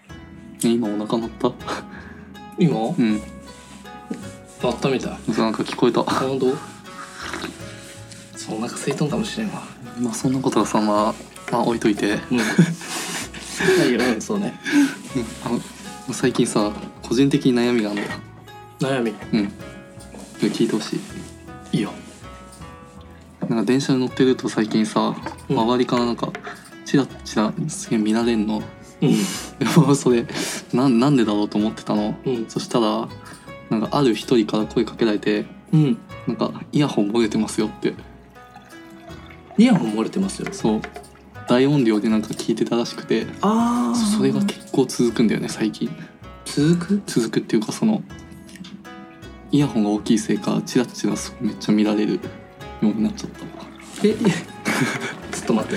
ね今お腹鳴った 今うん鳴ったみたいそうなんか聞こえた 本当そうお腹空いとんかもしれんわまあそんなことはさまあ、まあ、置いといて、うんいやうんそうねうんあの最近さ個人的に悩みがあるんだよ悩みうん聞いてほしいいいよなんか電車に乗ってると最近さうん周りからなんかチラチラすげえ見られんのうんでも それなんなんでだろうと思ってたのうんそしたらなんかある一人から声かけられてうんなんかイヤホン漏れてますよってイヤホン漏れてますよそう大音量でなんか聞いてたらしくてあそそれが結構続くんだよね最近続く続くっていうかそのイヤホンが大きいせいかチラチラすめっちゃ見られるようになっちゃったえちょっと待って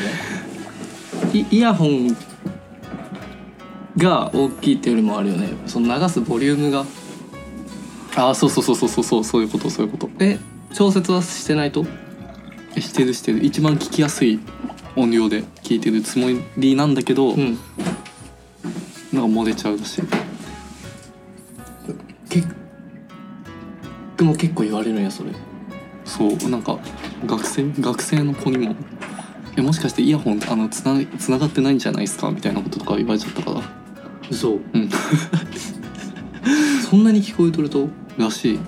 ねイイヤホンが大きいってよりもあるよねその流すボリュームがああそうそうそうそうそうそうそういうことそういうことえ調節はしてないとえしてるしてる一番聞きやすい音量で聞いてるつもりなんだけど、うんなんか漏れちゃうらしいけでも結構言われるんやそれそうなんか学生学生の子にも「えもしかしてイヤホンあのつなつながってないんじゃないですか?」みたいなこととか言われちゃったから嘘うんそんなに聞こえとるとらしい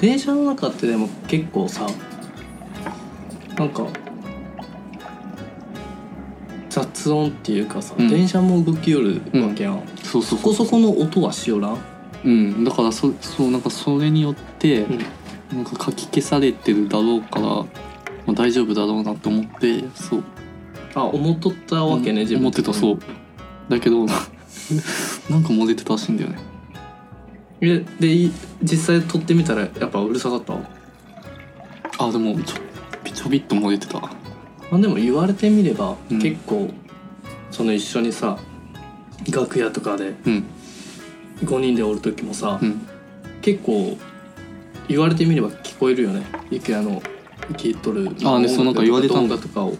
電車の中ってでも結構さなんか雑音っていうかさ、うん電車も動きよるわけやん、そうそうそこそこの音はしよらん、うんだからそそうなんかそれによって、なんか書き消されてるだろうから、まあ、大丈夫だろうなと思ってそうあ思っとったわけね、自分思ってた的にそうだけ どなんか漏れてたらしいんだよねえでい実際撮ってみたらやっぱうるさかったあでもちょびちょびっと漏れてたまあ、でも言われてみれば、うん結構その一緒にさ楽屋とかでうん5人でおる時もさ、うん結構言われてみれば聞こえるよね池谷の聞いとるあねそうなんか言われたんんだだとかを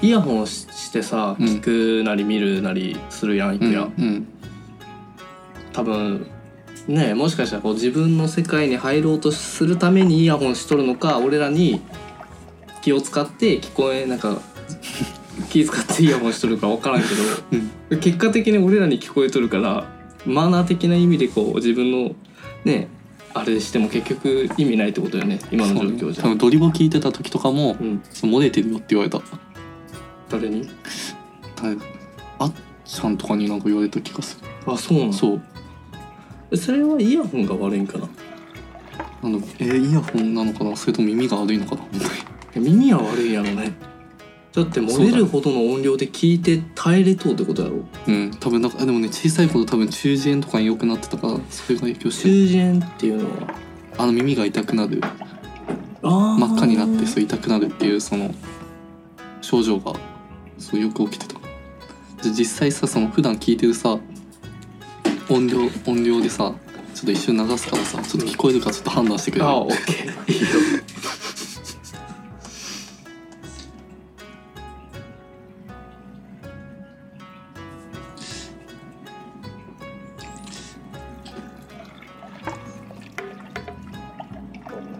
イヤホンししてさうん聞くなり見るなりするやんう池ん谷、うん多分ねえもしかしたらこう自分の世界に入ろうとするためにイヤホンしとるのか俺らに気を使って聞こえなんか 気使ってイヤホンしとるか分からんけうんど結果的に俺らに聞こえとるからマナー的な意味でこう自分のねあれしても結局意味ないってことよね今の状況じそうねゃ多分ドリボ聞いてた時とかもう、ん、そう漏れてるよって言われた誰に誰あっちゃんとかになんか言われた気がする、あそうなのそうえそれはイヤホンが悪いんかななんだえーイヤホンなのかなそれとも耳が悪いのかな本当にえ耳は悪いやろねだって漏れるほどの音量で聞いて耐えれとうってことやろうん、多分なんかでもね小さい頃多分中耳炎とかに良くなってたからそれが影響してる中耳炎っていうのはあの耳が痛くなるあー真っ赤になってそう痛くなるっていうその症状がそうよく起きてたじゃ実際さその普段聞いてるさ音量音量でさちょっと一瞬流すからさちょっと聞こえるかちょっと判断してくれるあオッケーいいよ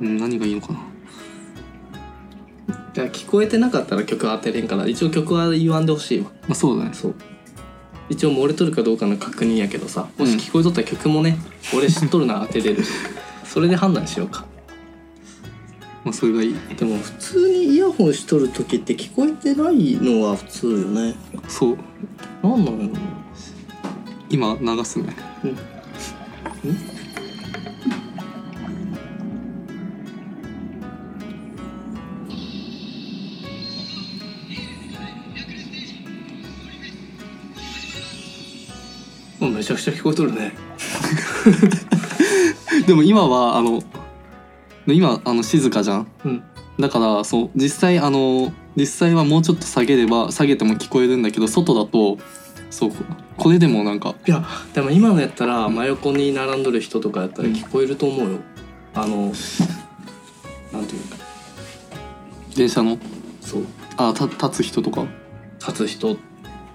うん何がいいのかなだから聞こえてなかったら曲当てれんから一応曲は言わんでほしいわまあそうだねそう一応漏れとるかどうかの確認やけどさもし聞こえとったら曲もね、俺知っとるなら当て れるしそれで判断しようかまあそれがいいでも普通にイヤホンしとる時って聞こえてないのは普通よねそうなんなの今流す ねうんもうめちゃくちゃ聞こえとるねでも今はあの今あの静かじゃんうんだからそう実際あの実際はもうちょっと下げれば下げても聞こえるんだけど外だとそうこれでもなんかいやでも今のやったら真横に並んどる人とかやったら聞こえると思うよ、あのなんていうか電車のそうあた立つ人とか立つ人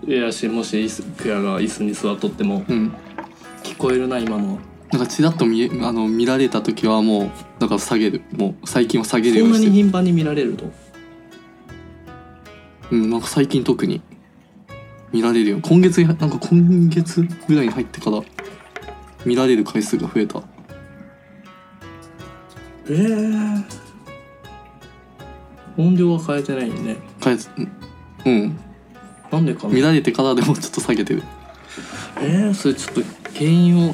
いやしもし椅子クヤが椅子に座っとってもうんこえるな今のなんかちらっと見えあの見られた時はもうなんか下げるもう最近は下げるよこうんになしにてる頻繁に見られるとうん、なんか最近特に見られるよ今月になんか今月ぐらいに入ってから見られる回数が増えたえー、音量は変えてないよね回数うんうんなんでかな見られてからでもちょっと下げてるえー、それちょっと原因を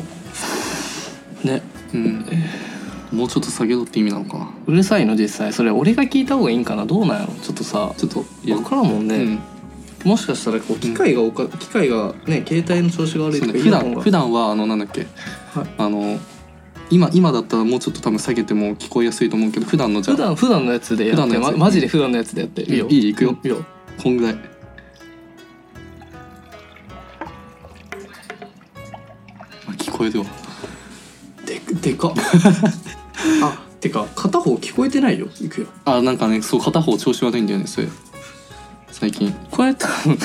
ねうんもうちょっと下げろって意味なのかなうるさいの実際それ俺が聞いた方がいいんかなどうなんやろちょっとさちょっといや分からんもんうね、んもしかしたらこう機械がおか、機械がね携帯の調子が悪いそうとかね、普イヤホン段が普段はあのなんだっけ、はいあの今今だったらもうちょっと多分下げても聞こえやすいと思うけど普段のじゃ普あ段普段のやつでや普段っのて、やつま、マジで普段のやつでやっていいようんいいいくよいいよこんぐらいあ聞こえるわで でかっあてか片方聞こえてないよいくよあなんかねそう片方調子悪いんだよねそれ最近これ多分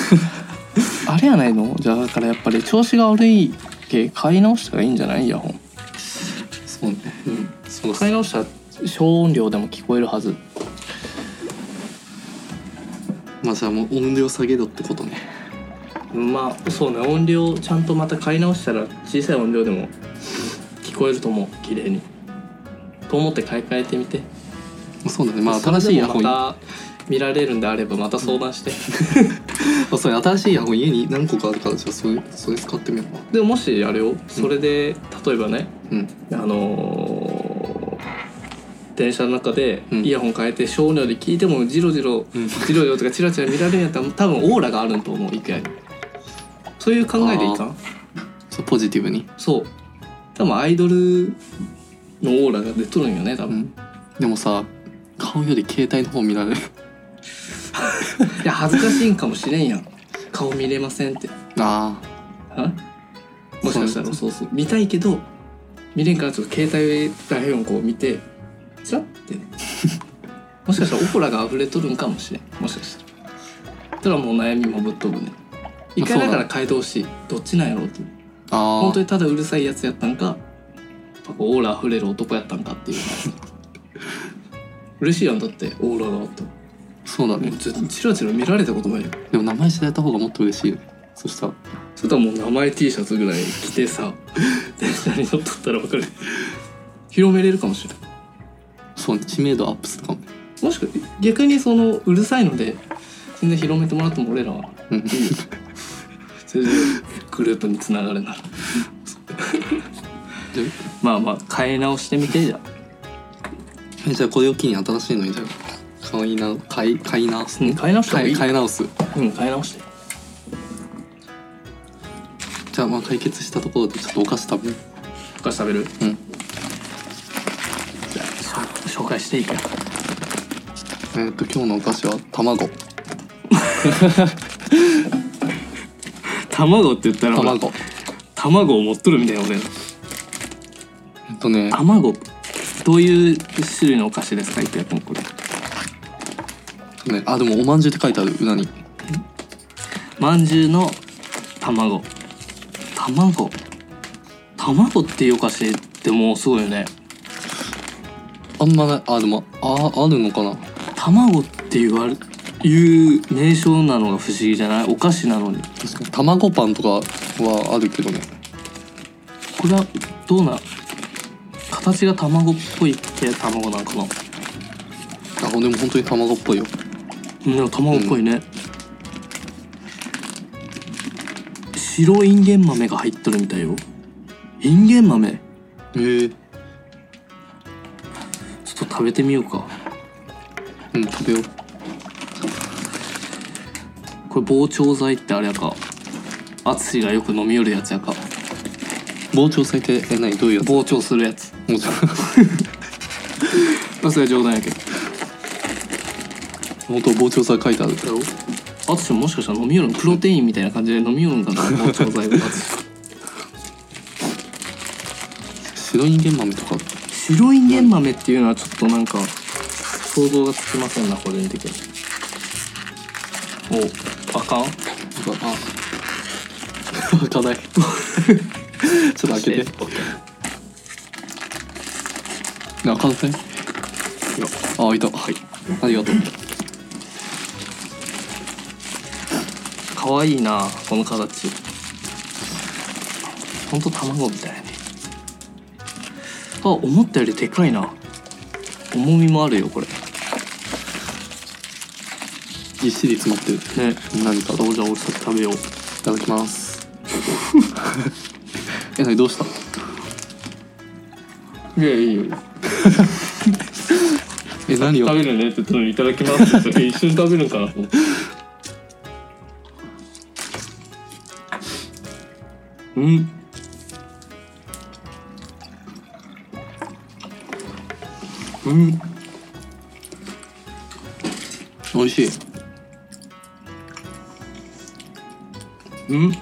あれやないのじゃあだからやっぱり調子が悪いけ買い直したらいいんじゃないイヤホン、そうねそう買い直したら小音量でも聞こえるはずまあじゃあもう音量下げろってことねまあそうね音量ちゃんとまた買い直したら小さい音量でも聞こえると思う綺麗にと思って買い替えてみてそうだねまあそれ新しでいイヤもホンあまた見られるんであればまた相談して、そうね新しいイヤホン家に何個かあるからじゃあそれそれ使ってみようかでももしあれをそれで、例えばねうんあのー電車の中でうんイヤホン変えて少量で聞いてもジロジロ、うんジロジロとかチラチラ見られるんやったら多分オーラがあるんと思う一回そういう考えでいいかなそうポジティブにそう多分アイドルのオーラが出とるんよね多う分、いんでもさ顔より携帯の方見られるや恥ずかしいんかもしれんやん顔見れませんってあはもしかしたらそうそうそう見たいけど見れんからちょっと携帯らへんをこう見てチ ラってねもしかしたらオーラが溢れとるんかもしれんもしかしたらそれはもう悩みもぶっ飛ぶね一回まあだそうだから変えてほしいどっちなんやろうってああ本あ当にただうるさいやつやったんかやっぱこうオーラ溢れる男やったん かっていう嬉しいやんだってオーラがあったらそうだもねうちょっとチラチラ見られたことないよでも名前知られた方がもっと嬉しいよねそしたらそれとはもう名前 T シャツぐらい着て さ電車に乗っとったら分かる広めれるかもしれないそうね知名度アップするかもねもしくは逆にそのうるさいので全然広めてもらっても俺らはうんいいよそれでグループにつながるならじゃまあまあ変え直してみてじゃあじゃあこれを機に新しいのにじゃあ買いな買い買い直す、うん買い直した方がいい買買い直すうん変え直してじゃあまあ解決したところでちょっとお菓子食べよお菓子食べるううんじゃあ紹介していいかえーっと今日のお菓子は卵卵って言ったらほら卵卵を持っとるみたいな俺らえっとね卵どういう種類のお菓子ですか一体これねあでもおまんじゅうって書いてある裏にまんじゅうの卵卵卵っていうお菓子ってもうすごいよねあんまないあでもああるのかな卵って言われいう名称なのが不思議じゃないお菓子なのに確かに卵パンとかはあるけどねこれはどうな形が卵っぽいって卵なんかなあでも本当に卵っぽいようんでも卵っぽいね、白いんげん豆が入っとるみたいよいんげん豆へえちょっと食べてみようかうん食べようこれ膨張剤ってあれやか淳がよく飲み寄るやつやか膨張剤ってえ何どういうやつ膨張するやつ膨張まあそれは冗談やけど本当膨張剤書いてあるだろ淳ももしかしたら飲み寄るんプロテインみたいな感じで飲み寄るんかな膨張 剤を淳白いんげん豆とか白いんげん豆っていうのはちょっとなんか想像がつきませんな個人的におあか んあ開かないちょっと開けてあ完成あ開いたはいありがとうかわいいなこの形ほんと卵みたいねあ思ったよりでかいな重みもあるよこれぎっしり詰まってるいね何かどうじゃあ俺先食べようただきます え何どうしたいやいやいやえ何を食べるねって言ったのにいただきますって言って一緒に食べるんかなと思ってうんうん美味しいうん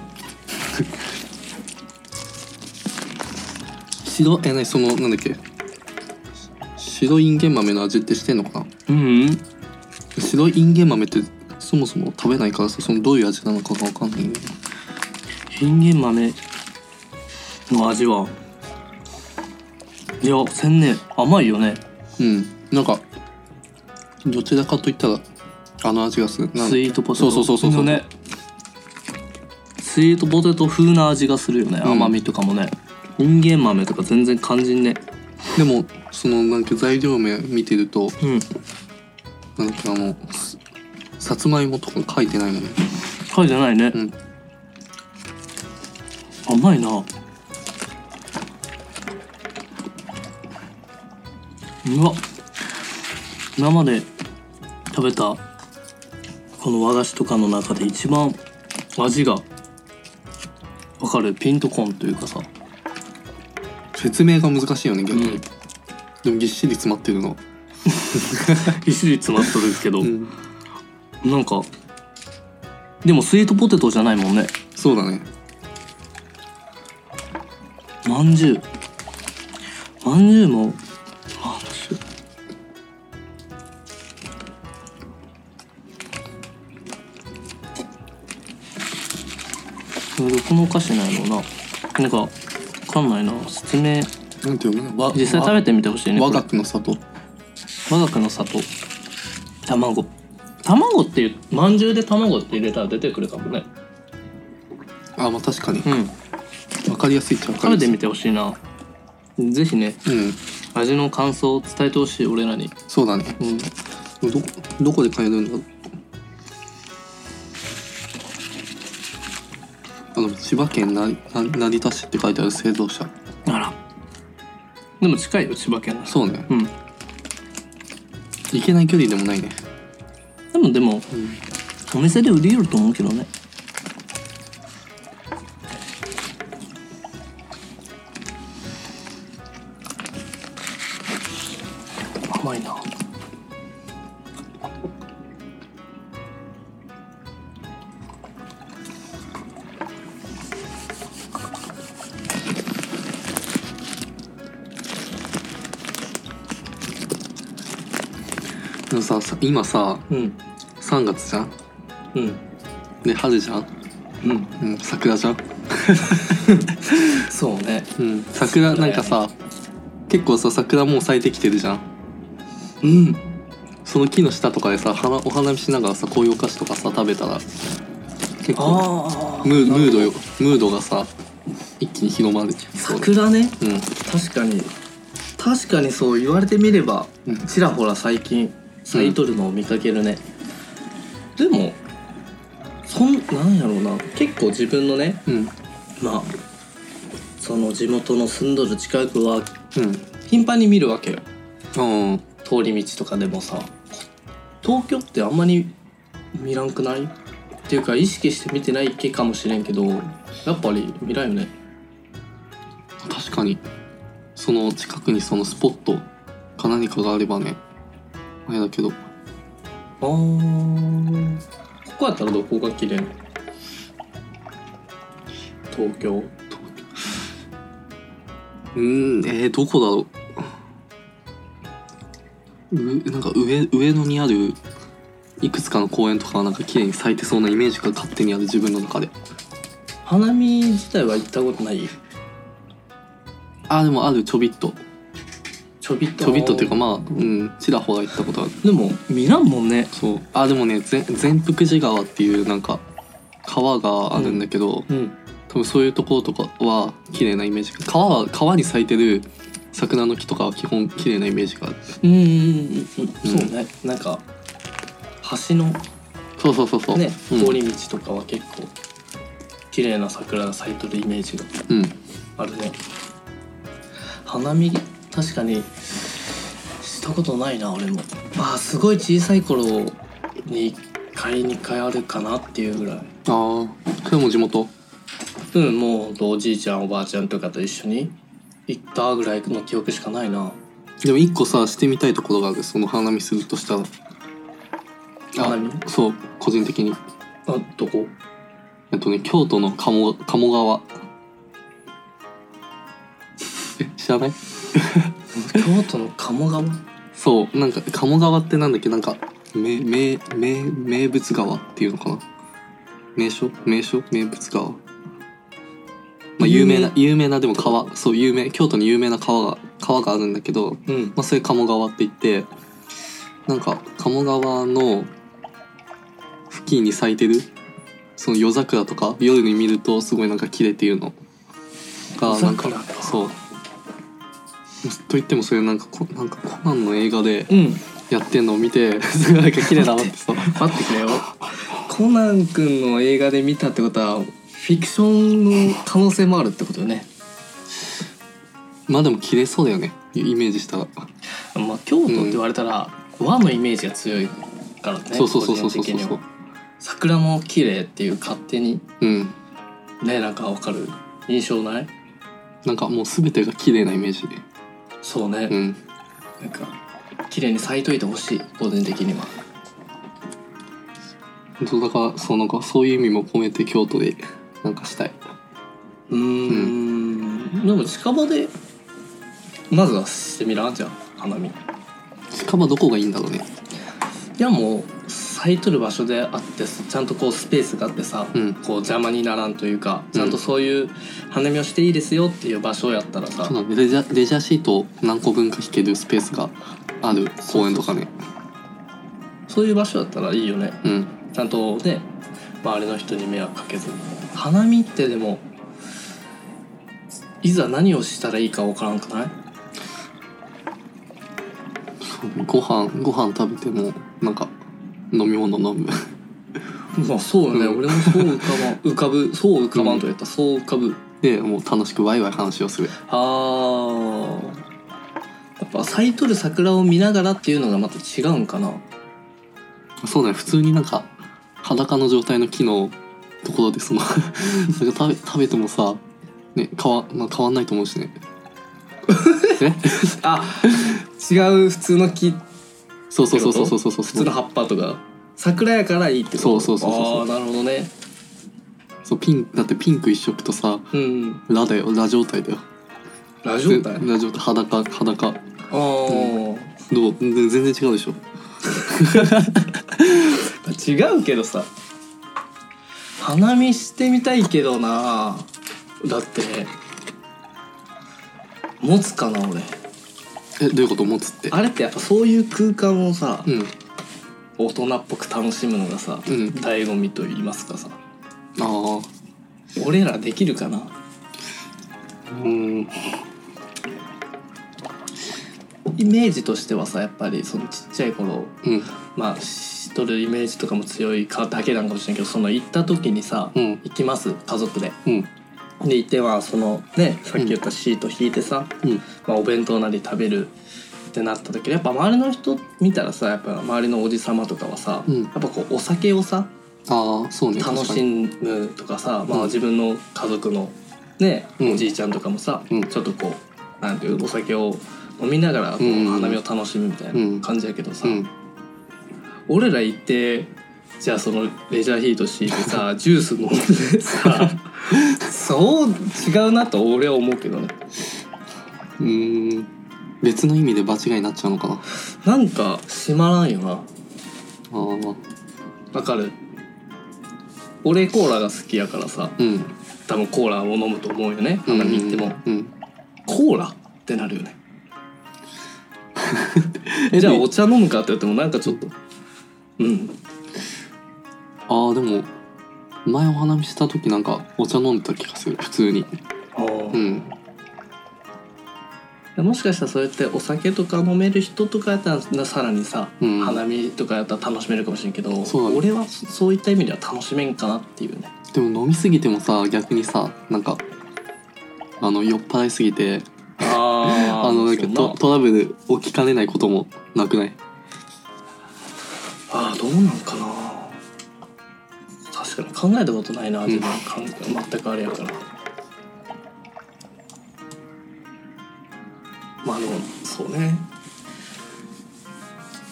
白え何そのなんだっけ白インゲン豆の味ってしてんのかなうん白インゲン豆ってそもそも食べないからさそのどういう味なのかが分かんないんだよねインゲン豆の味はいやせんね甘いよねうんなんかどちらかといったらあの味がするなんスイートポテトそうそうそうそうのねスイートポテト風な味がするよね、うん甘みとかもねインゲン豆とか全然感じんねでもそのなんか材料名見てるとうんなんかあのすさつまいもとか書いてないのね書いてないね、うん甘いなうわ生で食べたこの和菓子とかの中で一番味がわかるピンとこんというかさ説明が難しいよね逆に、うんでもぎっしり詰まってるのぎっしり詰まっとるけど、うんなんかでもスイートポテトじゃないもんねそうだねまんじゅうまんじゅうもまんじゅうこれどこのお菓子なんやろうななんかわかんないな説明なんて読むのわ実際食べてみてほしいねわこれ我が国の里我が国の里卵卵っていうまんじゅうで卵って入れたら出てくるかもねあまあ確かにうんわかりやすいっちゃわかり食べやすていみてほしいなぜひねうん味の感想を伝えてほしい俺らにそうだねうんどどこで買えるんだろうあの千葉県なな成田市って書いてある製造者あらでも近いよ千葉県のそうねうん行けない距離でもないねでもでも、お店で売りよると思うけどね甘いなでもささ今さうん3月じゃんうんで春じゃん、うんうん、桜じゃん、そうねうん、桜なんかさ結構さ桜もう咲いてきてるじゃんうんその木の下とかでさ花お花見しながらさこういうお菓子とかさ食べたら結構ああムームードよムードがさ一気に広まるそう桜ねうん確かに確かにそう言われてみればうんちらほら最近咲いとるのを見かけるね、でもそんなんやろうな結構自分のねうんまあその地元の住んどる近くはうん頻繁に見るわけようん通り道とかでもさ東京ってあんまり見らんくないっていうか意識して見てないけかもしれんけどやっぱり見らんよね確かにその近くにそのスポットか何かがあればねあれだけどあーここやったらどこが綺麗なの東京うーんえー、どこだろううなんか上上野にあるいくつかの公園とかはなんか綺麗に咲いてそうなイメージが勝手にある自分の中で花見自体は行ったことないあでもあるちょびっとちょびっとちょびっとっていうかまあうんちらほら行ったことあるでも見らんもんねそうあでもねぜん善福寺川っていうなんか川があるんだけど、うん多分そういうところとかは綺麗なイメージが川は川に咲いてる桜の木とかは基本綺麗なイメージがあるうんうんうんうんそうねなんか橋のそうそうそうそうねうん通り道とかは結構綺麗な桜が咲いてるイメージがうんあるね花見確かにしたことないな俺もまあすごい小さい頃に1回2回あるかなっていうぐらいああそれも地元うんもうほんとおじいちゃんおばあちゃんとかと一緒に行ったぐらいの記憶しかないなでも一個さしてみたいところがあるその花見するとしたらあ花見そう個人的にあどこえっとね京都の鴨鴨川え知らない京都の鴨川そうなんか鴨川ってなんだっけなんか名名名名物川っていうのかな名所名所名物川まあ有名な有名なでも川そう有名京都に有名な川が川があるんだけどうんまあ、それ鴨川って言ってなんか鴨川の付近に咲いてるその夜桜とか夜に見るとすごいなんか綺麗っていうのがなんか夜桜かそうと言ってもそれなんかこなんかコナンの映画でうんやってんのを見て すごいなんか綺麗だなってさ待ってくれよコナン君の映画で見たってことはフィクションの可能性もあるってことよねまあでも綺麗そうだよねイメージしたら、まあ京都って言われたら和のイメージが強いからねそうそうそうそうそう個そう人的にそうは桜も綺麗っていう勝手にうんねなんかわかる印象ないなんかもう全てが綺麗なイメージそうね、うんなんか綺麗に咲いといてほしい個人的にはそうだからそうなんかそういう意味も込めて京都でなんかしたいうーんでも近場でまずはしてみらんじゃん花見い近場どこがいいんだろうねやもう咲いとる場所であってちゃんとこうスペースがあってさ、うんこう邪魔にならんというかちゃんとそういう花見をしていいですよっていう場所をやったらさ、そうだねレジャーレジャーシートを何個分か引けるスペースがある公園とかねそういう場所だったらいいよねうんちゃんとね周りの人に迷惑かけずに花見ってでもいざ何をしたらいいかわからんくないご飯ご飯食べてもなんか飲み物飲む まあそうよね、うん俺もそう浮かばん浮かぶ そう浮かばんと言った、そう浮かぶでもう楽しくワイワイ話をするあーやっぱ咲いとる桜を見ながらっていうのがまた違うんかなそうだね普通になんか裸の状態の木のところでその なんか食べ食べてもさね変わ,、まあ、変わんないと思う しねえあ違う普通の木そうそうそうそうそうそうそう普通の葉っぱとか桜やからいいってことそうそうそうそうああなるほどねそうピンだってピンク一色とさうんラだよラ状態だよラジオ体あラ状態裸裸あー、どう全然違うでしょ違うけどさ花見してみたいけどなだって持つかな俺えどういうこと持つってあれってやっぱそういう空間をさ、うん大人っぽく楽しむのがさ、うん醍醐味と言いますかさあ俺らできるかなあうんイメージとしてはさやっぱりそのちっちゃい頃うんまあしとるイメージとかも強いかだけなんかもしれないけどその行った時にさ、うん行きます家族で。うんで行ってはそのねさっき言ったシート引いてさ、うんまあ、お弁当なり食べるってなった時にやっぱ周りの人見たらさやっぱ周りのおじ様とかはさ、うんやっぱこうお酒をさああそうね楽しいむとかさまうんあ、自分の家族のね、うんおじいちゃんとかもさ、うんちょっとこうなんていうお酒を飲みながらこうんうんううん花見を楽しむみたいな感じやけどさ、うん俺ら行ってじゃあそのレジャーヒート敷いてさジュース飲んでさ そう違うなと俺は思うけどねうーん別の意味で場違いになっちゃうのかなあなんか閉まらんよなあわかる俺コーラが好きやからさうん多分コーラを飲むと思うよね花見行っても、うんコーラってなるよねえじゃあお茶飲むかって言ってもなんかちょっとうんああでも前お花見した時なんかお茶飲んでた気がする普通にうんもしかしたらそれってお酒とか飲める人とかやったらさらにさ、うん花見とかやったら楽しめるかもしれんけどそうだね俺はそそういった意味では楽しめんかなっていうねでも飲みすぎてもさ逆にさなんかあの酔っ払いすぎて ああのなんかトトラブル起きかねないこともなくないあーどうなんかな確かに考えたことないな自分かん全くあれやからまあでもそうね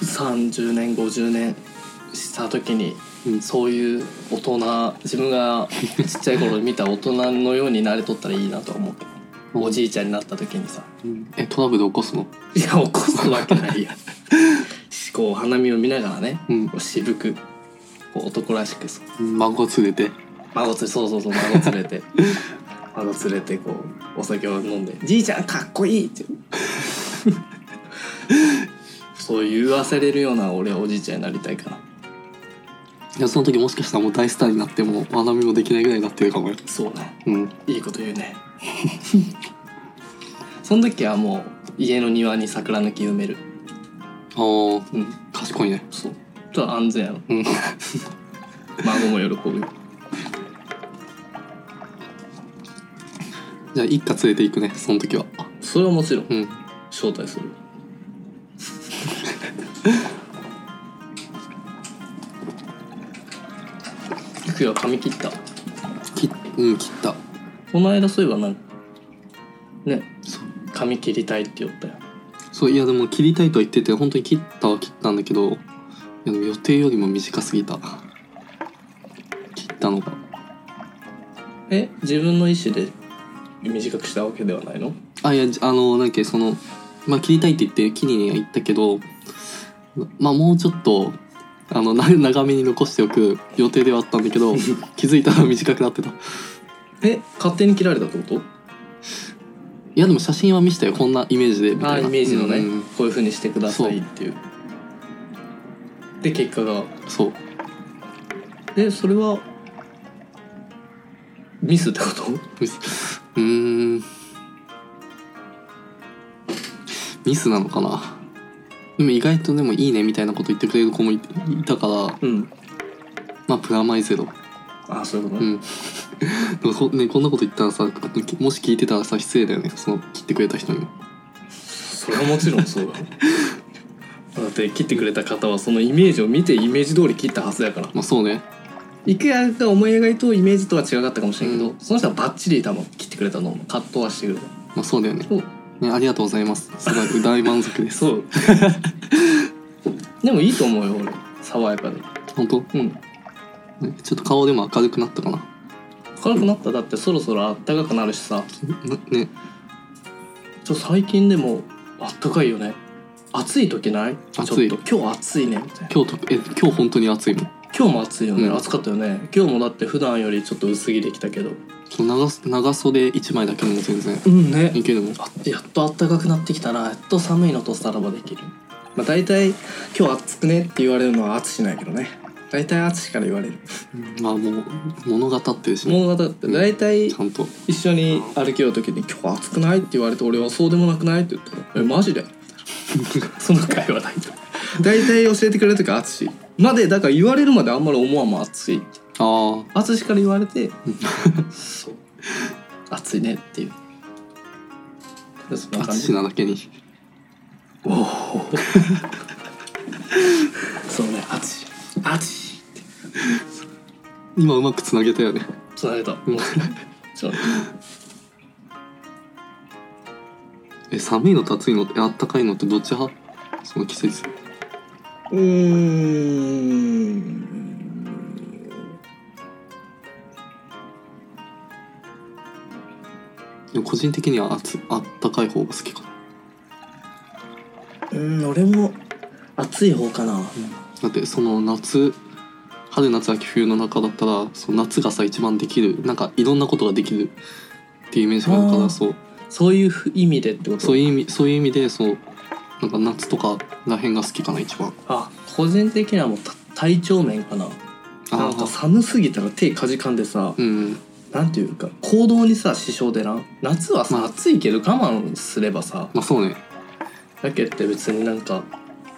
30年50年した時にうんそういう大人自分 がちっちゃい頃に見た大人のようになれとったらいいなとは思うけどおじいちゃんになった時にさうんえトラブル起こすのいや起こすわけ ないやんこう花見を見ながらねうんこう渋くこう男らしくそう孫連れて孫連れそうそうそう孫連れて孫連れてこうお酒を飲んで「じいちゃんかっこいい!」ってそう言わせれるような俺はおじいちゃんになりたいからいやその時もしかしたらもう大スターになってもう学びもできないぐらいになってるかもよそうねうんいいこと言うねその時はもう家の庭に桜抜き埋めるあーうん賢いねそうじゃあ安全やろうん孫も喜ぶよじゃあ一家連れていくねその時はそれはもちろんうん招待するゆくや髪切ったきうん切ったこの間そういえばなんかねそう髪切りたいって言ったよそういやでも切りたいとは言ってて本当に切ったは切ったんだけどいやでも予定よりも短すぎた切ったのがえ自分の意思で短くしたわけではないのあいやじあのなんかそのまあ切りたいって言って切りには行ったけどまあもうちょっとあのな 長めに残しておく予定ではあったんだけど 気づいたら短くなってたいえ勝手に切られたってことやでも写真は見せたよこんなイメージでみたいなあイメージのね、うんこういう風にしてくださいっていうで結果がそうでそれはミスってことミスうーんミスなのかなでも意外とでもいいねみたいなこと言ってくれる子もいいたからうんまあプラマイゼロあそういうことうね、んでもこ,、ね、こんなこと言ったらさもし聞いてたらさ失礼だよねその切ってくれた人にもそれはもちろんそうだよ だって切ってくれた方はそのイメージを見てイメージ通り切ったはずやからまあそうねいくらか思い描いとイメージとは違かったかもしれんけど、うその人はバッチリ多分切ってくれたのをカットはしてくれたまあそうだよねそうねありがとうございますすごい大満足です そう でもいいと思うよ俺爽やかで本当うんねちょっと顔でも明るくなったかな明るくなっただってそろそろあったかくなるしなさねちょ最近でもあったかいよね暑い時ない暑いちょっと今日暑いねみたいな今日とえ今日本当に暑いもん今日も暑いよね、うん暑かったよね今日もだって普段よりちょっと薄着できたけどその長す長袖一枚だけでも全然うんねいけるもんあやっと暖かくなってきたなやっと寒いのとさらばできるまあ大体「今日暑くね」って言われるのは暑しないけどね大体暑しから言われるまあもう物語ってるし、ね、物語って大体ちゃんと一緒に歩きよう時に「今日暑くない?」って言われて俺は「そうでもなくない?」って言ったら「えマジで?」その会話大体大体教えてくれる時は暑しまでだから言われるまであんまり思わんもん暑いああ淳から言われて「 そう暑いね」っていうでそんな感淳じなだけにそうね淳淳って今うまくつなげたよねつなげた んそうえ寒いのと暑いのってあったかいのってどっち派その季節うーんでも個人的には暑あったかい方が好きかなうん俺も暑い方かなだってその夏春夏秋冬の中だったらその夏がさ一番できるなんかいろんなことができるっていうイメージがあるかあらーそうそういう意味でってことそういう意味そういう意味でそうなんか夏とからへんが好きかな一番あ個人的にはもうた体調面かななあんかー寒すぎたら手かじかんでさ、うんなんていうか行動にさ支障出な夏はさ、まあ暑いけど我慢すればさまあそうねだけって別になんか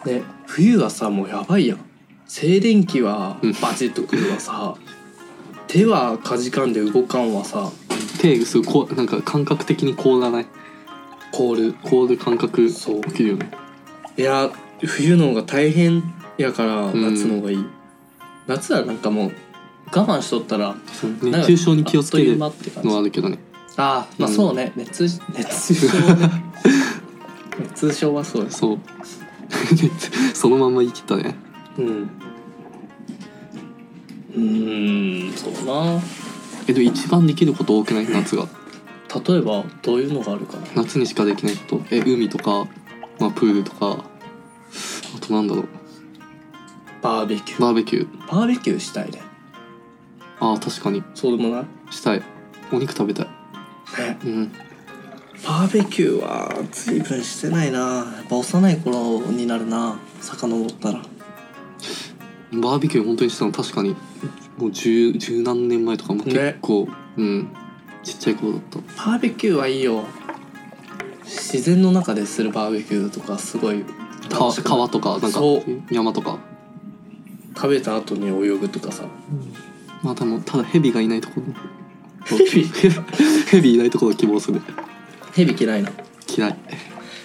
ね冬はさもうやばいやん静電気はうんバチッとくるわさ、手はかじかんで動かんわさ手すごいこうなんか感覚的に凍らない凍る凍る感覚そう起きるよねいや冬の方が大変やからん夏の方がいい、夏はなんかもう我慢しとったらそうな熱んか中症に気をつけあっというる間のって感じはあるけどねあーまあうんそうね、熱中熱中症ね熱中症はそうですそう そのまんま言い切ったねうんうーんそうなえでも一番できること多くない夏が例えばどういうのがあるかな夏にしかできないことえ海とか、まあ、プールとかあとなんだろうバーベキューバーベキューバーベキューしたいねああ確かにそうでもないしたいお肉食べたいねうんバーベキューは随分してないなやっぱ幼い頃になるな遡ったらバーベキュー本当にしたの確かにもう十十何年前とかもう結構、うんちっちゃい頃だったバーベキューはいいよ自然の中でするバーベキューとかすごい川楽しくない川とかなんかそう山とか食べた後に泳ぐとかさまあ多分ただヘビがいないところ ヘビヘビいないところを希望するヘビ嫌いな嫌い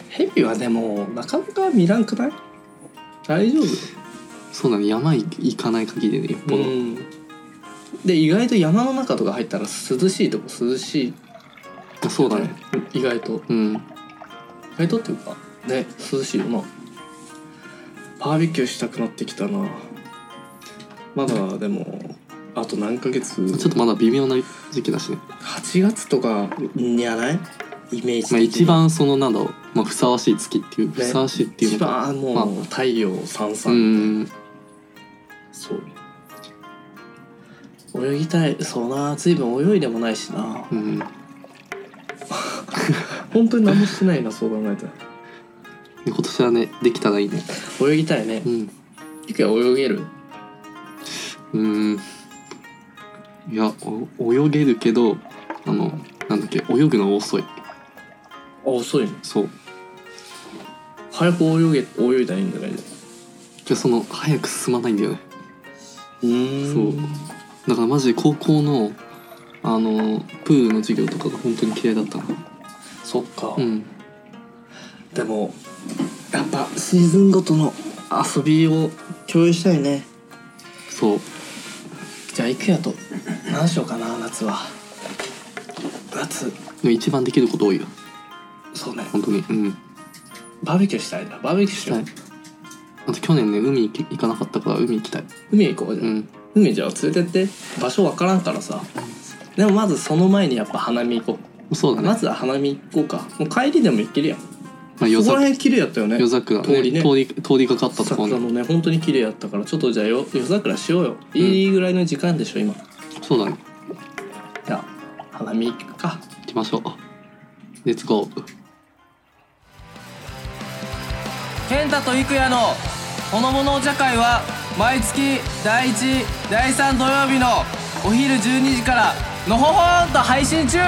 ヘビはでもなかなか見らんくない大丈夫そうだね山行行かない限りねよっぽど、うんで意外と山の中とか入ったら涼しいとこ涼しいあそうだね意外とうん意外とっていうかね涼しいよなバーベキューしたくなってきたなまだでもあと何ヶ月ちょっとまだ微妙な時期だしね、 8月とかにやないイメージ的まあ、に一番そのなんだろう、まあ、ふさわしい月っていうねふさわしいっていう一のか番もう太陽さんさ、うんんそう泳ぎたいそうな随分泳いでもないしなうん本当に何もしてないなそう考えた今年はねできたらいいねら泳ぎたいねうんゆくは泳げるうんいやお泳げるけどあのなんだっけ泳ぐのが遅いあ遅いねそう早く泳げ泳いだらいいんじゃないのじゃあその早く進まないんだよねうんだからマジで高校のあのプールの授業とかが本当に嫌いだったなそっか、うんでもやっぱシーズンごとの遊びを共有したいねそうじゃあ行くやと何しようかな夏は夏でも一番できること多いよそうね本当にうんバーベキューしたいなバーベキューししたよういあと去年ね海行き行かなかったから海行きたい海行こうじゃ、うんん海じゃあ連れてって場所わからんからさでもまずその前にやっぱ花見行こそうう、だねまずは花見行こうかもう帰りでも行けるやんそまあ夜こら桜辺綺麗やったよね夜桜通りね通り通りかかったとこ桜ろのねね本当に綺麗やったからちょっとじゃあよ夜桜しようよいいぐらいの時間でしょ今、そうだねじゃあ花見行くか行きましょうレッツゴー健太と郁也のほのぼのお茶会は毎月第1第3土曜日のお昼12時からのほほーんと配信中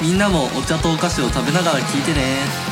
みんなもお茶とお菓子を食べながら聞いてね